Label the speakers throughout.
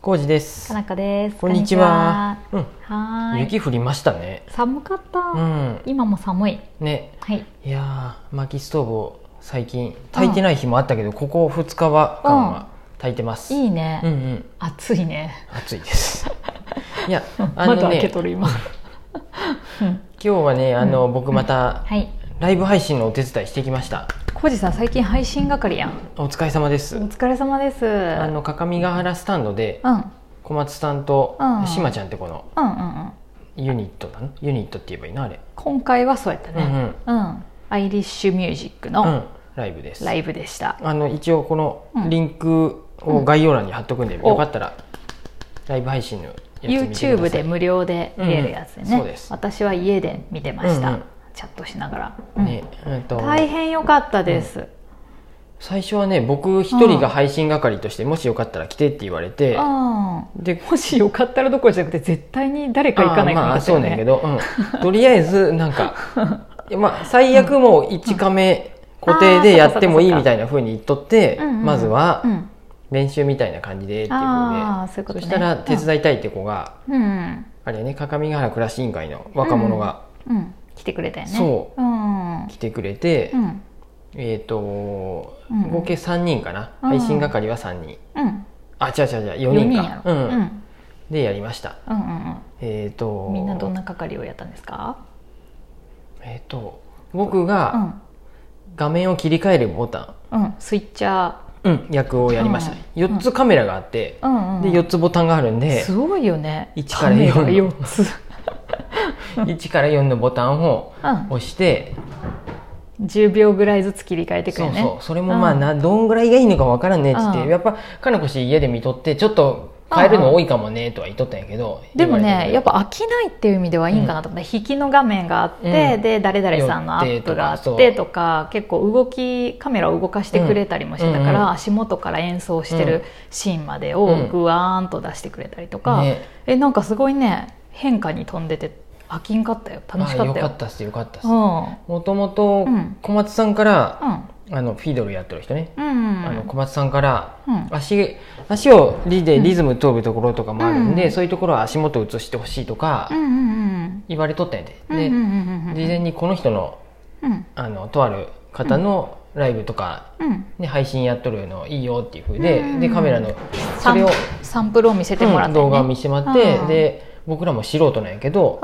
Speaker 1: コウジです
Speaker 2: か。なこです。
Speaker 1: こんにちは。うん、
Speaker 2: こんにちは。はーい。
Speaker 1: 雪降りましたね。
Speaker 2: 寒かった、
Speaker 1: うん、
Speaker 2: 今も寒い。
Speaker 1: ね、
Speaker 2: はい。
Speaker 1: いやー、薪ストーブを最近炊いてない日もあったけど、ここ2日は間は炊いてます。
Speaker 2: いいね。
Speaker 1: うんうん、
Speaker 2: 暑いね。、
Speaker 1: 暑いです。いや
Speaker 2: ま
Speaker 1: あ
Speaker 2: だ
Speaker 1: の
Speaker 2: 開け
Speaker 1: ね、
Speaker 2: とる今。うん
Speaker 1: 今日はね、あの、
Speaker 2: うん
Speaker 1: 僕また
Speaker 2: はい。
Speaker 1: ライブ配信のお手伝いしてきました。
Speaker 2: コウジさん最近配信係やん。
Speaker 1: お疲れ様で
Speaker 2: お
Speaker 1: す。
Speaker 2: 疲れ様です。
Speaker 1: あの、各務原スタンドで
Speaker 2: うん。うん
Speaker 1: 小松さんと
Speaker 2: うん
Speaker 1: しまちゃんってこの
Speaker 2: うんうん。
Speaker 1: ユニットなのユニットって言えばいいのあれ。
Speaker 2: 今回はそうやった
Speaker 1: うんう
Speaker 2: ね。
Speaker 1: ん、
Speaker 2: うん、アイリッシュミュージック
Speaker 1: う
Speaker 2: の
Speaker 1: ん、ライブです。
Speaker 2: ライブでした。
Speaker 1: あの一応この
Speaker 2: うん
Speaker 1: リンクを概要欄に貼っとくんで、
Speaker 2: ん
Speaker 1: よかったらライブ配信のやつ見てください
Speaker 2: YouTube で無料で見れるやつでね、
Speaker 1: うんそうです
Speaker 2: 私は家で見てました、
Speaker 1: うんうん
Speaker 2: チャットしながら、うん
Speaker 1: ねえっと
Speaker 2: 大変良かったです、
Speaker 1: 最初はね僕一人が配信係として、もしよかったら来てって言われて、
Speaker 2: うん
Speaker 1: で
Speaker 2: もしよかったらどころじゃなくて絶対に誰か行かない
Speaker 1: あー
Speaker 2: か
Speaker 1: ま
Speaker 2: な
Speaker 1: あ
Speaker 2: って
Speaker 1: そうなんやけど、う ん、とりあえずなんかいやまあ最悪もう1カメ固定でやってもいいみたいなふうに言っとって、
Speaker 2: うんうん
Speaker 1: まずは
Speaker 2: うん
Speaker 1: 練習みたいな感じでっていうふうで、
Speaker 2: あーそういうことね
Speaker 1: そしたら手伝いたいって子が、
Speaker 2: うん、
Speaker 1: あれやね各務原暮らし委員会の若者が
Speaker 2: うん、来てくれたよね
Speaker 1: そう
Speaker 2: うん
Speaker 1: 来てくれて、
Speaker 2: うん
Speaker 1: えっ、と、
Speaker 2: うん
Speaker 1: 合計3人かな、
Speaker 2: うん
Speaker 1: 配信係は3人
Speaker 2: うん
Speaker 1: あ違う違う違う
Speaker 2: 4
Speaker 1: 4人
Speaker 2: 人
Speaker 1: か
Speaker 2: や
Speaker 1: う
Speaker 2: ろ
Speaker 1: ん
Speaker 2: うんうん
Speaker 1: でやりました
Speaker 2: うん
Speaker 1: えっ、
Speaker 2: う
Speaker 1: と
Speaker 2: んみんなどんな係をやったんですか
Speaker 1: えっ、と僕
Speaker 2: う
Speaker 1: が
Speaker 2: ん
Speaker 1: 画面を切り替えるボタ
Speaker 2: うんスイッチャ
Speaker 1: ン、うん役をやりましたね、
Speaker 2: うん
Speaker 1: 4つカメラがあって
Speaker 2: ー、う、んうん、
Speaker 1: で4つボタンがあるんです
Speaker 2: ごいよね
Speaker 1: 一から四
Speaker 2: カメラ四つ、
Speaker 1: 1から4のボタンを
Speaker 2: う
Speaker 1: 押して、
Speaker 2: ん、10秒ぐらいずつ切り替えてく
Speaker 1: そ
Speaker 2: よ
Speaker 1: う
Speaker 2: ね
Speaker 1: そうそれもまあな、どんぐらいがいいのかわからんねっつって、
Speaker 2: うん
Speaker 1: やっぱかなこ氏家で見とってちょっと変えるの多いかもねとは言っとったんやけど
Speaker 2: でも
Speaker 1: 言われて
Speaker 2: ね
Speaker 1: み
Speaker 2: や
Speaker 1: れ
Speaker 2: っ
Speaker 1: ば
Speaker 2: ぱ飽きないっていう意味ではいいんかなと思って、引きの画面があって、
Speaker 1: うん
Speaker 2: で誰々さんのアップがあ
Speaker 1: 寄
Speaker 2: っ
Speaker 1: って
Speaker 2: て
Speaker 1: と
Speaker 2: とか結構動きカメラを動かしてくれたりもしてたから、
Speaker 1: うんうん
Speaker 2: 足元から演奏して
Speaker 1: うん
Speaker 2: るシーンまで
Speaker 1: う
Speaker 2: を
Speaker 1: ん
Speaker 2: ぐわーんと出してくれたりとか、
Speaker 1: ね
Speaker 2: えなんかすごいね変化に飛んでて飽きんかったよ楽しかった
Speaker 1: あよか
Speaker 2: よ。
Speaker 1: ったっすよかったっす、
Speaker 2: うん
Speaker 1: もともと
Speaker 2: うん
Speaker 1: 小松さんから、
Speaker 2: うん
Speaker 1: あのフィードルやってる人ね、
Speaker 2: うん
Speaker 1: あの小松さんから
Speaker 2: うん
Speaker 1: 足足をリでリズム取るところとかもあるんで、
Speaker 2: うん
Speaker 1: そういうところは足元映してほしいとか
Speaker 2: うんうん
Speaker 1: 言われとったんやで、
Speaker 2: うんうんう
Speaker 1: で、
Speaker 2: んうんうん
Speaker 1: 事前にこの人の
Speaker 2: うん
Speaker 1: あのとある方のライブとか、
Speaker 2: うん
Speaker 1: ね、配信やっとるのいいよっていうふうで,、
Speaker 2: うん
Speaker 1: でカメラの
Speaker 2: サ
Speaker 1: それ
Speaker 2: ン
Speaker 1: を、
Speaker 2: サンプルを見せてもらっ
Speaker 1: うん
Speaker 2: て、ね
Speaker 1: 動画を見 せてもらって、
Speaker 2: うん
Speaker 1: で僕らも素人なんやけど、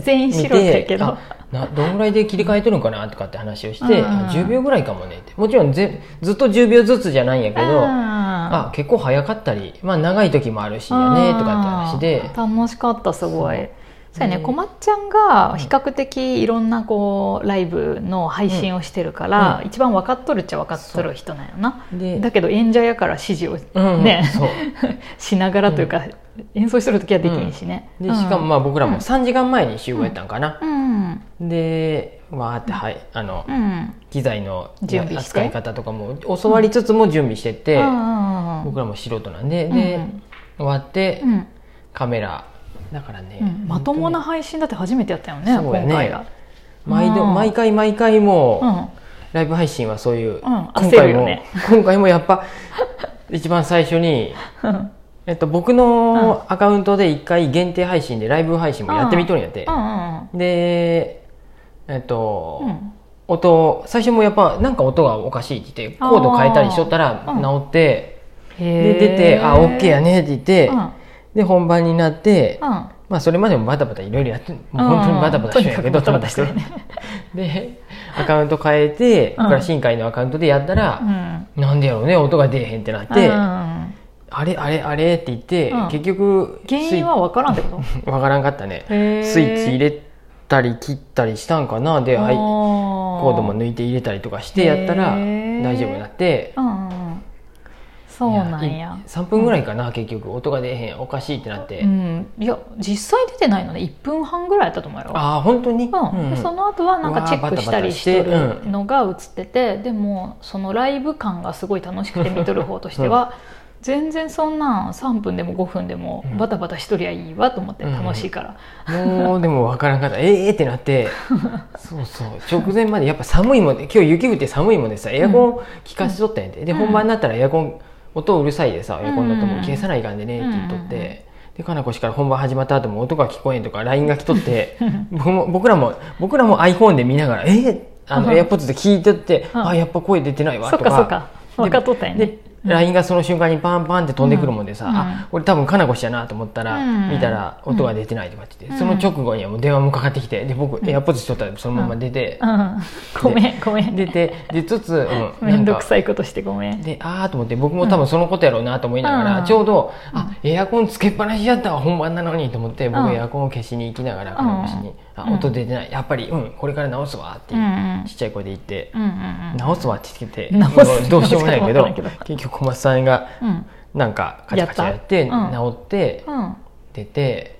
Speaker 2: 全員
Speaker 1: 見
Speaker 2: 白だけ
Speaker 1: て
Speaker 2: ど
Speaker 1: あなどんぐらいで切り替えとるんかなとかって話をして、
Speaker 2: うん
Speaker 1: あ10秒ぐらいかもねってもちろんぜずっと10秒ずつじゃないんやけど、
Speaker 2: あ
Speaker 1: あ結構早かったり、まあ、長い時もあるしやねとかって話で
Speaker 2: 楽しかったすごい
Speaker 1: そう
Speaker 2: そうやね
Speaker 1: ね
Speaker 2: こまっちゃんが比較的いろんなこうライブの配信をしてるから、
Speaker 1: う
Speaker 2: 一番分かっとるっちゃ分かっとる人なんやな
Speaker 1: で
Speaker 2: だけど演者やから指示を、
Speaker 1: うん、
Speaker 2: ね
Speaker 1: そう
Speaker 2: しながらというか、演奏してる時はできんしね、
Speaker 1: でしかもまあ僕ら
Speaker 2: う
Speaker 1: も
Speaker 2: ん
Speaker 1: 3時間前に集合やったんかな、
Speaker 2: うん
Speaker 1: でわーってはいあの
Speaker 2: うんうん
Speaker 1: 機材の
Speaker 2: 準備して
Speaker 1: 扱い方とかも教わりつつも準備してって、
Speaker 2: うん
Speaker 1: 僕らも素人なんで
Speaker 2: うん
Speaker 1: で、終わって、
Speaker 2: うん
Speaker 1: カメラだからね、
Speaker 2: うんまともな配信だって初めてやったよね
Speaker 1: そうやね
Speaker 2: 今回が、
Speaker 1: 毎度
Speaker 2: うん
Speaker 1: 毎回毎回もう、
Speaker 2: うん、
Speaker 1: ライブ配信はそういう、今
Speaker 2: 焦る
Speaker 1: 回
Speaker 2: よ
Speaker 1: も、
Speaker 2: ね
Speaker 1: 今回もやっぱ一番最初に、えっと、僕のアカウントで一回限定配信でライブ配信もやってみとるんやって
Speaker 2: う、ん
Speaker 1: でえっと、
Speaker 2: うんうん
Speaker 1: 音最初もやっぱなんか音がおかしいって言ってコード変えたりしとったら
Speaker 2: あーうん
Speaker 1: 治って、
Speaker 2: で
Speaker 1: で出て「あオッケーやね」
Speaker 2: ね
Speaker 1: って言って、で本番で本番になって、
Speaker 2: うんうん
Speaker 1: まあそれまでもバタバタいろいろやってもう本当にバタバタしてるんやけど
Speaker 2: うんとにかくバタバタしてるね
Speaker 1: でアカウント変えて
Speaker 2: うん
Speaker 1: これは新海のアカウントでやった
Speaker 2: う
Speaker 1: ら、
Speaker 2: ん
Speaker 1: なんでやろうね音が出えへんってなって、
Speaker 2: うん
Speaker 1: あ
Speaker 2: うん
Speaker 1: れあれあれって言って、
Speaker 2: うん
Speaker 1: 結局
Speaker 2: 原因は分からんってこと
Speaker 1: スイッチわからんかったねスイ
Speaker 2: へー
Speaker 1: ッチ入れたり切ったりしたんかなで、はい、コ
Speaker 2: コ
Speaker 1: ードも抜いて入れたりとかしてやったら
Speaker 2: へー
Speaker 1: 大丈夫になって。
Speaker 2: うんうんうんそうなんや
Speaker 1: 3分ぐらいかな、結局音が出えへんおかしいってなって、
Speaker 2: うんいや実際出てないのね1分半ぐらいやったと思うよ
Speaker 1: ああ本当に、
Speaker 2: うん
Speaker 1: うん
Speaker 2: でその後はなんかチェックしたりしてるのが映っててでもそのライブ感がすごい楽しくて見とる方としては全然そんなん3分でも5分でもバタバタしとりゃいいわと思って
Speaker 1: うん
Speaker 2: 楽しいから
Speaker 1: もうでも分からんかったええってなってそうそう直前までやっぱ寒いもんで今日雪降って寒いもんでさエアコン効かしとったんやで、で
Speaker 2: うん
Speaker 1: 本番になったらエアコン音うるさいでさ横になって
Speaker 2: うんうん
Speaker 1: も消さないかんでねって言っとって、でかなこ氏から本番始まった後も音が聞こえんとか LINE が来と って僕も僕らも僕らも iPhone で見ながら「えー、あの
Speaker 2: うん
Speaker 1: AirPods で聞いとって、
Speaker 2: うん
Speaker 1: あやっぱ声出てないわ」
Speaker 2: そ
Speaker 1: と
Speaker 2: っかそ
Speaker 1: か。
Speaker 2: っか分かっとったんやね
Speaker 1: で LINE がその瞬間にパンパンって飛んでくるもんでさ、
Speaker 2: うん
Speaker 1: あ俺多分かなこ氏やなと思ったら、
Speaker 2: うん
Speaker 1: 見たら音が出てないとかって言って、
Speaker 2: うん
Speaker 1: その直後にはもう電話もかかってきてで僕
Speaker 2: ん
Speaker 1: AirPods しとったらそのまま出て、
Speaker 2: うんごめんごめん
Speaker 1: 出て出つつ、うん、
Speaker 2: めんどく
Speaker 1: い
Speaker 2: さいことしてごめん
Speaker 1: でああと思って僕も多分そのことやろうなと思いながら、
Speaker 2: うん
Speaker 1: ちょうど、あエアコンつけっぱなしだったわ本番なのにと思って僕、
Speaker 2: うん
Speaker 1: エアコンを消しに行きながら
Speaker 2: うん
Speaker 1: 彼女に、あ
Speaker 2: うん
Speaker 1: 音出てないやっぱりうんこれから直すわって、
Speaker 2: うんうん
Speaker 1: ちっちゃい声で言って、
Speaker 2: うんうん
Speaker 1: 直すわって言ってて
Speaker 2: 直す
Speaker 1: もうどうしようもないけど
Speaker 2: 直すかもわからんけ
Speaker 1: 結局小松さんが
Speaker 2: うんうん
Speaker 1: なんかカチャカチャやって
Speaker 2: やった
Speaker 1: 直って
Speaker 2: うん
Speaker 1: 出て、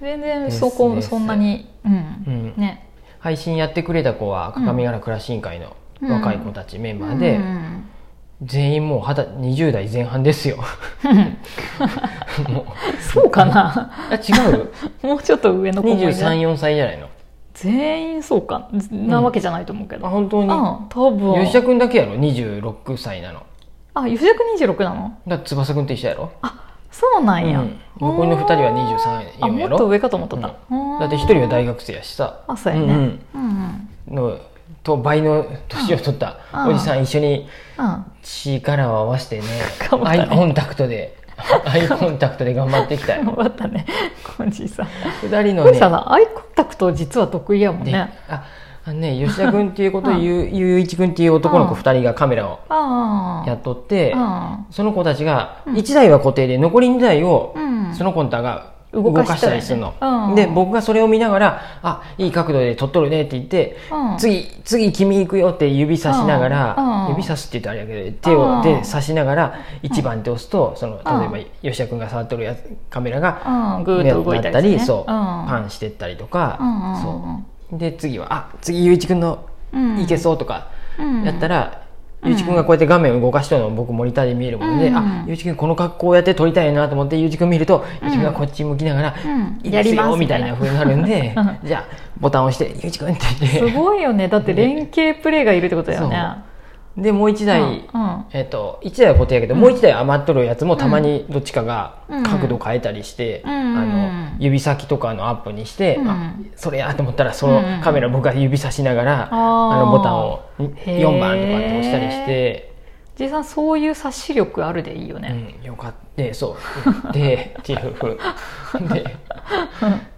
Speaker 2: 全然そこ
Speaker 1: です
Speaker 2: そんなにうん
Speaker 1: うん
Speaker 2: ね
Speaker 1: 配信やってくれた子は各務原クラシン会の若い子たちメンバーで、
Speaker 2: うんうん
Speaker 1: 全員もう20 20代前半ですよ。 もう
Speaker 2: そうかな
Speaker 1: あ違う
Speaker 2: もうちょっと上の子もいる
Speaker 1: 234歳じゃないの
Speaker 2: 全員そうかなわけじゃないと思うけ
Speaker 1: あ
Speaker 2: ど
Speaker 1: 本当
Speaker 2: うん
Speaker 1: に
Speaker 2: 多分
Speaker 1: 吉田君だけやろ26歳なの
Speaker 2: あ吉田君26なの
Speaker 1: だから翼君と一緒やろ
Speaker 2: そうなんや
Speaker 1: うん残りの2人は23
Speaker 2: あ
Speaker 1: 四
Speaker 2: も
Speaker 1: や
Speaker 2: っと
Speaker 1: ろ
Speaker 2: 上かと思っとった
Speaker 1: だって1人は大学生やしさ
Speaker 2: あそうやね
Speaker 1: う
Speaker 2: うん
Speaker 1: ん
Speaker 2: うん
Speaker 1: うんのと倍の年を取ったおじさん一緒に
Speaker 2: うん
Speaker 1: 力を合わせてね
Speaker 2: 頑張っ
Speaker 1: アイ
Speaker 2: たね
Speaker 1: コンタクトでアイコンタクトで頑張ってき たよ
Speaker 2: 頑張ったねコンジーさん
Speaker 1: 2人の
Speaker 2: コン
Speaker 1: ね
Speaker 2: ジーさんはアイコンタクト実は得意やもん
Speaker 1: で
Speaker 2: ね
Speaker 1: ああのね吉田君っていうこととゆゆういち君っていう男の子2人がカメラを
Speaker 2: ああ
Speaker 1: やっとって
Speaker 2: あ
Speaker 1: その子たちが1台は固定で残り2台を
Speaker 2: うん
Speaker 1: その子のたが動
Speaker 2: 動
Speaker 1: か
Speaker 2: か
Speaker 1: し
Speaker 2: したた
Speaker 1: り
Speaker 2: り
Speaker 1: す
Speaker 2: す
Speaker 1: る
Speaker 2: る
Speaker 1: の
Speaker 2: の、
Speaker 1: で
Speaker 2: うん
Speaker 1: 僕がそれを見ながら「あいい角度で撮っとるね」って言って「
Speaker 2: うん
Speaker 1: 次次君行くよ」って指さしながら、
Speaker 2: うんうん
Speaker 1: 指さすって言うとあれやけど手を
Speaker 2: うん
Speaker 1: で指しながら1番って押すとその
Speaker 2: うん
Speaker 1: 例えば吉田君が触っとるやつカメラが
Speaker 2: うんグーッと動い
Speaker 1: な
Speaker 2: た
Speaker 1: った
Speaker 2: り
Speaker 1: り
Speaker 2: してね
Speaker 1: そうパ
Speaker 2: う
Speaker 1: ンしてったりとか
Speaker 2: うんうん
Speaker 1: そうで次は「あ次ゆういち君の
Speaker 2: ん
Speaker 1: いけそう」とか。
Speaker 2: うん
Speaker 1: やったら、
Speaker 2: うん
Speaker 1: ゆうちくんがこうやって画面を動かしてるのを僕モニターで見えるもんで、
Speaker 2: うん
Speaker 1: あゆうちくんこの格好をやって撮りたいなと思ってゆうちくん見ると、ゆうちくんがこっち向きながら、
Speaker 2: うん
Speaker 1: いい
Speaker 2: や
Speaker 1: です
Speaker 2: り
Speaker 1: よ
Speaker 2: ます
Speaker 1: みたいな風になるん で、じゃあボタンを押してゆうちくんって言
Speaker 2: す
Speaker 1: って
Speaker 2: ごいよねだって連携プレーがいるってことだよね
Speaker 1: でもう1
Speaker 2: うん
Speaker 1: 台、
Speaker 2: うん
Speaker 1: えっと1台は固定やけど、もう1台余っとるやつもたまにどっちかが
Speaker 2: うん
Speaker 1: 角度変えたりして、
Speaker 2: うん
Speaker 1: あの指先とかのアップにして、
Speaker 2: うん
Speaker 1: あそれやと思ったらそのカメラ僕が指さしながら、
Speaker 2: うん
Speaker 1: あのボタンを
Speaker 2: へー
Speaker 1: 4番とかって押したりして。
Speaker 2: じいさんそういう察し力あるでいいよね
Speaker 1: うん、よかったそうで っていうで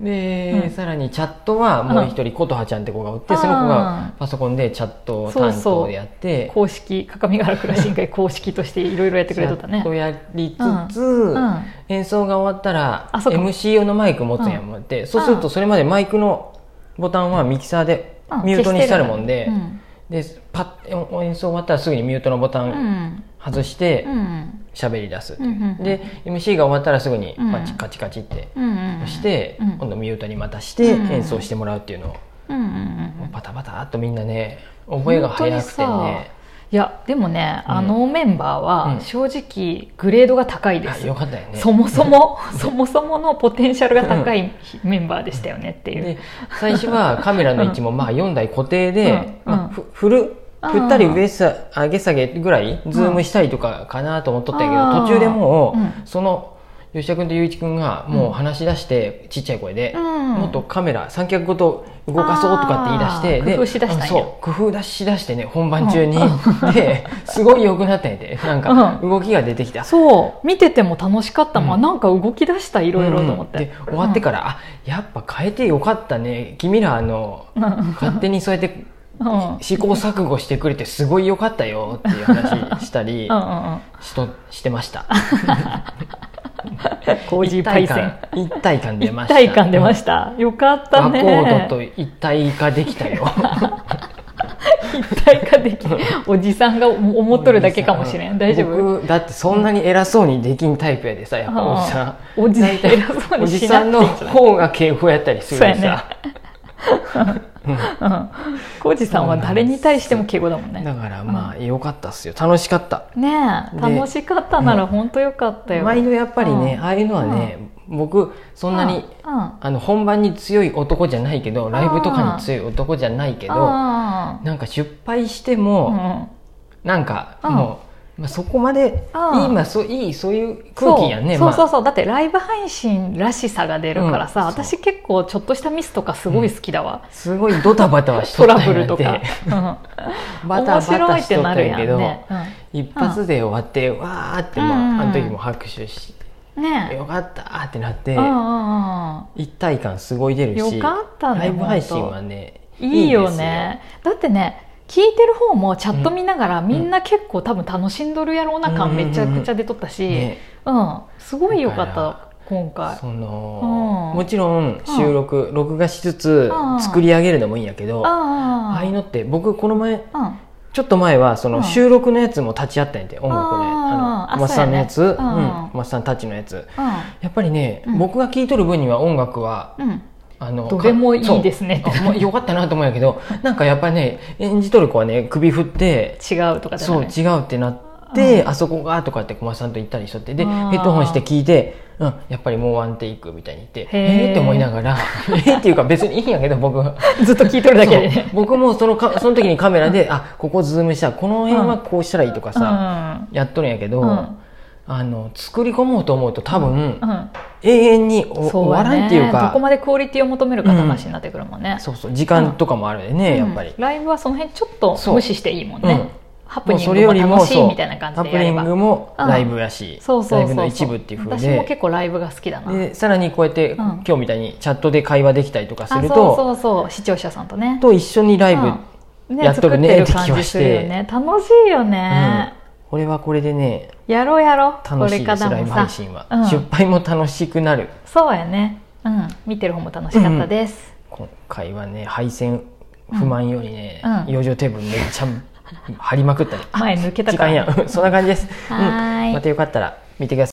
Speaker 1: で、さらにチャットはもう一人琴葉ちゃんって子がおってその子がパソコンでチャットを担当でやって
Speaker 2: 公式各務原クラシン会公式としていろいろやってくれとった
Speaker 1: チャ
Speaker 2: ね
Speaker 1: ットやりつつ、
Speaker 2: ん
Speaker 1: 演奏が終わったら
Speaker 2: あそうか
Speaker 1: MC 用のマイク持つんやもんって、そうするとそれまでマイクのボタンはミキサーで
Speaker 2: うん
Speaker 1: ミュートにしてあるもんで,、
Speaker 2: うん
Speaker 1: でパッ演奏終わったらすぐにミュートのボタ
Speaker 2: う
Speaker 1: ン
Speaker 2: ん
Speaker 1: 外して
Speaker 2: うん
Speaker 1: 喋り出すっていう
Speaker 2: うんうん
Speaker 1: で MC が終わったらすぐに
Speaker 2: うん
Speaker 1: パチカチカチって
Speaker 2: うんうん
Speaker 1: して、
Speaker 2: うん
Speaker 1: 今度ミュートにまたして
Speaker 2: うん
Speaker 1: 演奏してもらうっていうのを
Speaker 2: うんうんうん
Speaker 1: バタバタっとみんなね覚えが早くて
Speaker 2: 本当に
Speaker 1: ね
Speaker 2: さいやでもね、
Speaker 1: うん
Speaker 2: あのメンバー
Speaker 1: うん
Speaker 2: は正直グレードが高いで
Speaker 1: あ
Speaker 2: す、
Speaker 1: よかったよね
Speaker 2: そもそも そもそものポテンシャルが高いメンバーでしたよねっていう、
Speaker 1: で最初はカメラの位置もまあ4台固定で、
Speaker 2: うん
Speaker 1: まあ、
Speaker 2: うん
Speaker 1: ふ振る
Speaker 2: あー
Speaker 1: 振ったり上さ上げ下げぐらいズームしたりとかかなと思っとったんやけど、
Speaker 2: あー
Speaker 1: 途中でもう、
Speaker 2: う
Speaker 1: その吉田君と雄一君がもう話し出して、ちっちゃい声で、
Speaker 2: うん
Speaker 1: もっとカメラ三脚ごと動かそうとかって言い出して
Speaker 2: あー
Speaker 1: で
Speaker 2: 工夫しだしたんや
Speaker 1: うんそう工夫出しだしてね本番中に、ですごい良くなったんやでなんか動きが出てきて、あ
Speaker 2: そう見てても楽しかったもん、
Speaker 1: うん
Speaker 2: なんか動き出したいろいろと思って、
Speaker 1: うんうんで終わってから、あやっぱ変えてよかったね君らあの
Speaker 2: うん
Speaker 1: 勝手にそうやって
Speaker 2: うんうんうん
Speaker 1: 試行錯誤してくれてすごいよかったよっていう話したり
Speaker 2: うん
Speaker 1: しとしてま した
Speaker 2: コージ
Speaker 1: 一
Speaker 2: ーパ
Speaker 1: 体
Speaker 2: イセン
Speaker 1: 感一体感出ま
Speaker 2: 一
Speaker 1: した
Speaker 2: 体感出ました、よかったね
Speaker 1: 和光度と一体化できた よ
Speaker 2: 一体 化できおじさんが思っとるだけかもしれん大丈夫
Speaker 1: 僕だってそんなに偉そうにできんタイプやでさやっぱおじさん
Speaker 2: うんおじ
Speaker 1: 大体
Speaker 2: 偉そう
Speaker 1: お
Speaker 2: に
Speaker 1: じ
Speaker 2: し
Speaker 1: さ
Speaker 2: なくてい
Speaker 1: ん
Speaker 2: いん
Speaker 1: の
Speaker 2: じゃない
Speaker 1: 方が敬語やったりするで
Speaker 2: そうやね
Speaker 1: さ
Speaker 2: うん浩二さんは誰に対しても敬語だもんね
Speaker 1: だからまあよかったっすよ楽しかった
Speaker 2: ねえ
Speaker 1: で
Speaker 2: 楽しかったなら本当よかったよ、
Speaker 1: 毎度やっぱりね、
Speaker 2: うん
Speaker 1: ああいうのはね、僕そんなに、
Speaker 2: うんうん
Speaker 1: あの本番に強い男じゃないけどライブとかに強い男じゃないけど、
Speaker 2: あ
Speaker 1: なんか失敗して
Speaker 2: あう
Speaker 1: も、
Speaker 2: ん
Speaker 1: なんか
Speaker 2: うん
Speaker 1: もう、まあ、そこまで
Speaker 2: ああ
Speaker 1: 今そういいそういう空気やんね
Speaker 2: そう
Speaker 1: まあ
Speaker 2: そうそうそうだってライブ配信らしさが出るからさ、
Speaker 1: うんそう
Speaker 2: 私結構ちょっとしたミスとかすごい好きだわ、
Speaker 1: すごいドタバタはしと
Speaker 2: ト
Speaker 1: った
Speaker 2: ラ
Speaker 1: んや
Speaker 2: ブルとか
Speaker 1: て、
Speaker 2: うん、
Speaker 1: バタバ
Speaker 2: 面白
Speaker 1: タ
Speaker 2: いっ
Speaker 1: しと
Speaker 2: て
Speaker 1: った
Speaker 2: な
Speaker 1: ん
Speaker 2: る
Speaker 1: や
Speaker 2: やん
Speaker 1: けど、
Speaker 2: ね、
Speaker 1: 一発で終わってわーって、
Speaker 2: うんうん
Speaker 1: まあ、
Speaker 2: うん
Speaker 1: あの時も拍手し
Speaker 2: うん、ね
Speaker 1: て
Speaker 2: え
Speaker 1: よかったーってなって、
Speaker 2: うんうんうん
Speaker 1: 一体感すごい出るし
Speaker 2: よかったね
Speaker 1: ライブ配信はね
Speaker 2: いいよ
Speaker 1: です
Speaker 2: ねだってね聞いてる方もチャット見ながら、みんな結構多分楽しんどるやろうな感めちゃくちゃ出とったし、うん
Speaker 1: ね
Speaker 2: すごいよかっ
Speaker 1: だか
Speaker 2: た今回
Speaker 1: その、
Speaker 2: うん
Speaker 1: もちろん収録、録画しつつ
Speaker 2: うん
Speaker 1: 作り上げるのもいいんやけど、あ
Speaker 2: あ
Speaker 1: あいうのって僕この前
Speaker 2: あうん
Speaker 1: ちょっと前はそ
Speaker 2: うん
Speaker 1: の収録のやつも立ち会ったんやて音楽で
Speaker 2: あー
Speaker 1: あの
Speaker 2: あ
Speaker 1: 小松さんのやつ
Speaker 2: そうや
Speaker 1: 小
Speaker 2: ねうん
Speaker 1: 松さんたちのやつ
Speaker 2: う
Speaker 1: やっぱりね、
Speaker 2: うん
Speaker 1: 僕が聴いとる分には音楽は
Speaker 2: んうん
Speaker 1: あの
Speaker 2: どれもいいですすねって
Speaker 1: まあ、よかったなと思うんやけどなんかやっぱりね演じとる子はね首振って
Speaker 2: 違うとかじゃ
Speaker 1: そう
Speaker 2: ない
Speaker 1: 違うってなって、
Speaker 2: う
Speaker 1: あそこがとかって小松さんと行ったりしとってで
Speaker 2: あ
Speaker 1: ヘ
Speaker 2: ー
Speaker 1: ッドホンして聞いて、うん、やっぱりもうワンテイクみたいに言って
Speaker 2: へ
Speaker 1: え
Speaker 2: ー
Speaker 1: ーって思いなが らえーっていうか別にいいんやけど僕は
Speaker 2: ずっと聞いとるだけで
Speaker 1: そう
Speaker 2: ね
Speaker 1: 僕もそのかその時にカメラであここズームしたこの辺はこうしたらいいとか
Speaker 2: うんう
Speaker 1: さ、
Speaker 2: ん
Speaker 1: やっとるんやけど、
Speaker 2: うん
Speaker 1: あの作り込もうと思うと多分、
Speaker 2: うん
Speaker 1: 永遠にお
Speaker 2: そう
Speaker 1: 終わ
Speaker 2: や
Speaker 1: らんっ
Speaker 2: ね
Speaker 1: ていう
Speaker 2: どこ
Speaker 1: か
Speaker 2: までクオリティを求めるかって話になってくるもんね
Speaker 1: そうそう時間とかもあるよね、やっぱり
Speaker 2: うん。ライブはその辺ちょっと
Speaker 1: そう
Speaker 2: 無視していいもん
Speaker 1: うん
Speaker 2: ねハプ
Speaker 1: もう
Speaker 2: ニン
Speaker 1: そ
Speaker 2: グ
Speaker 1: れよ
Speaker 2: も
Speaker 1: りも
Speaker 2: 楽しい
Speaker 1: そう
Speaker 2: みたいな感
Speaker 1: ハ
Speaker 2: じ
Speaker 1: プ
Speaker 2: でや
Speaker 1: ニ
Speaker 2: れ
Speaker 1: ン
Speaker 2: ば
Speaker 1: グも
Speaker 2: うん
Speaker 1: ライブやし、
Speaker 2: そうそ
Speaker 1: ラ
Speaker 2: うそうそう
Speaker 1: イブの一部っていう風
Speaker 2: 私も
Speaker 1: で
Speaker 2: 結構ライブが好きだな
Speaker 1: でさらにこうやって、
Speaker 2: ん
Speaker 1: 今日みたいにチャットで会話できたりとかす
Speaker 2: あそう
Speaker 1: ると
Speaker 2: そうそう視聴者さんとね
Speaker 1: と一緒にライブ、
Speaker 2: うん
Speaker 1: やっとるね
Speaker 2: 作ってる感じするよね楽しいよね、
Speaker 1: これはこれでね
Speaker 2: やろうやろうこ
Speaker 1: 楽し
Speaker 2: れ
Speaker 1: いで
Speaker 2: か
Speaker 1: す
Speaker 2: ら
Speaker 1: ライ
Speaker 2: も
Speaker 1: ブ配
Speaker 2: さ
Speaker 1: 信は、
Speaker 2: うん
Speaker 1: 失敗も楽しくなる
Speaker 2: そうやねうん見てる方も楽しかったです、
Speaker 1: 今回はね配線不満よりね、
Speaker 2: うん
Speaker 1: 養生テーブルめっちゃ張りまくったり
Speaker 2: 前抜けた
Speaker 1: 時
Speaker 2: から
Speaker 1: 間やん そんな感じです、うん
Speaker 2: はーい
Speaker 1: またよかったら見てください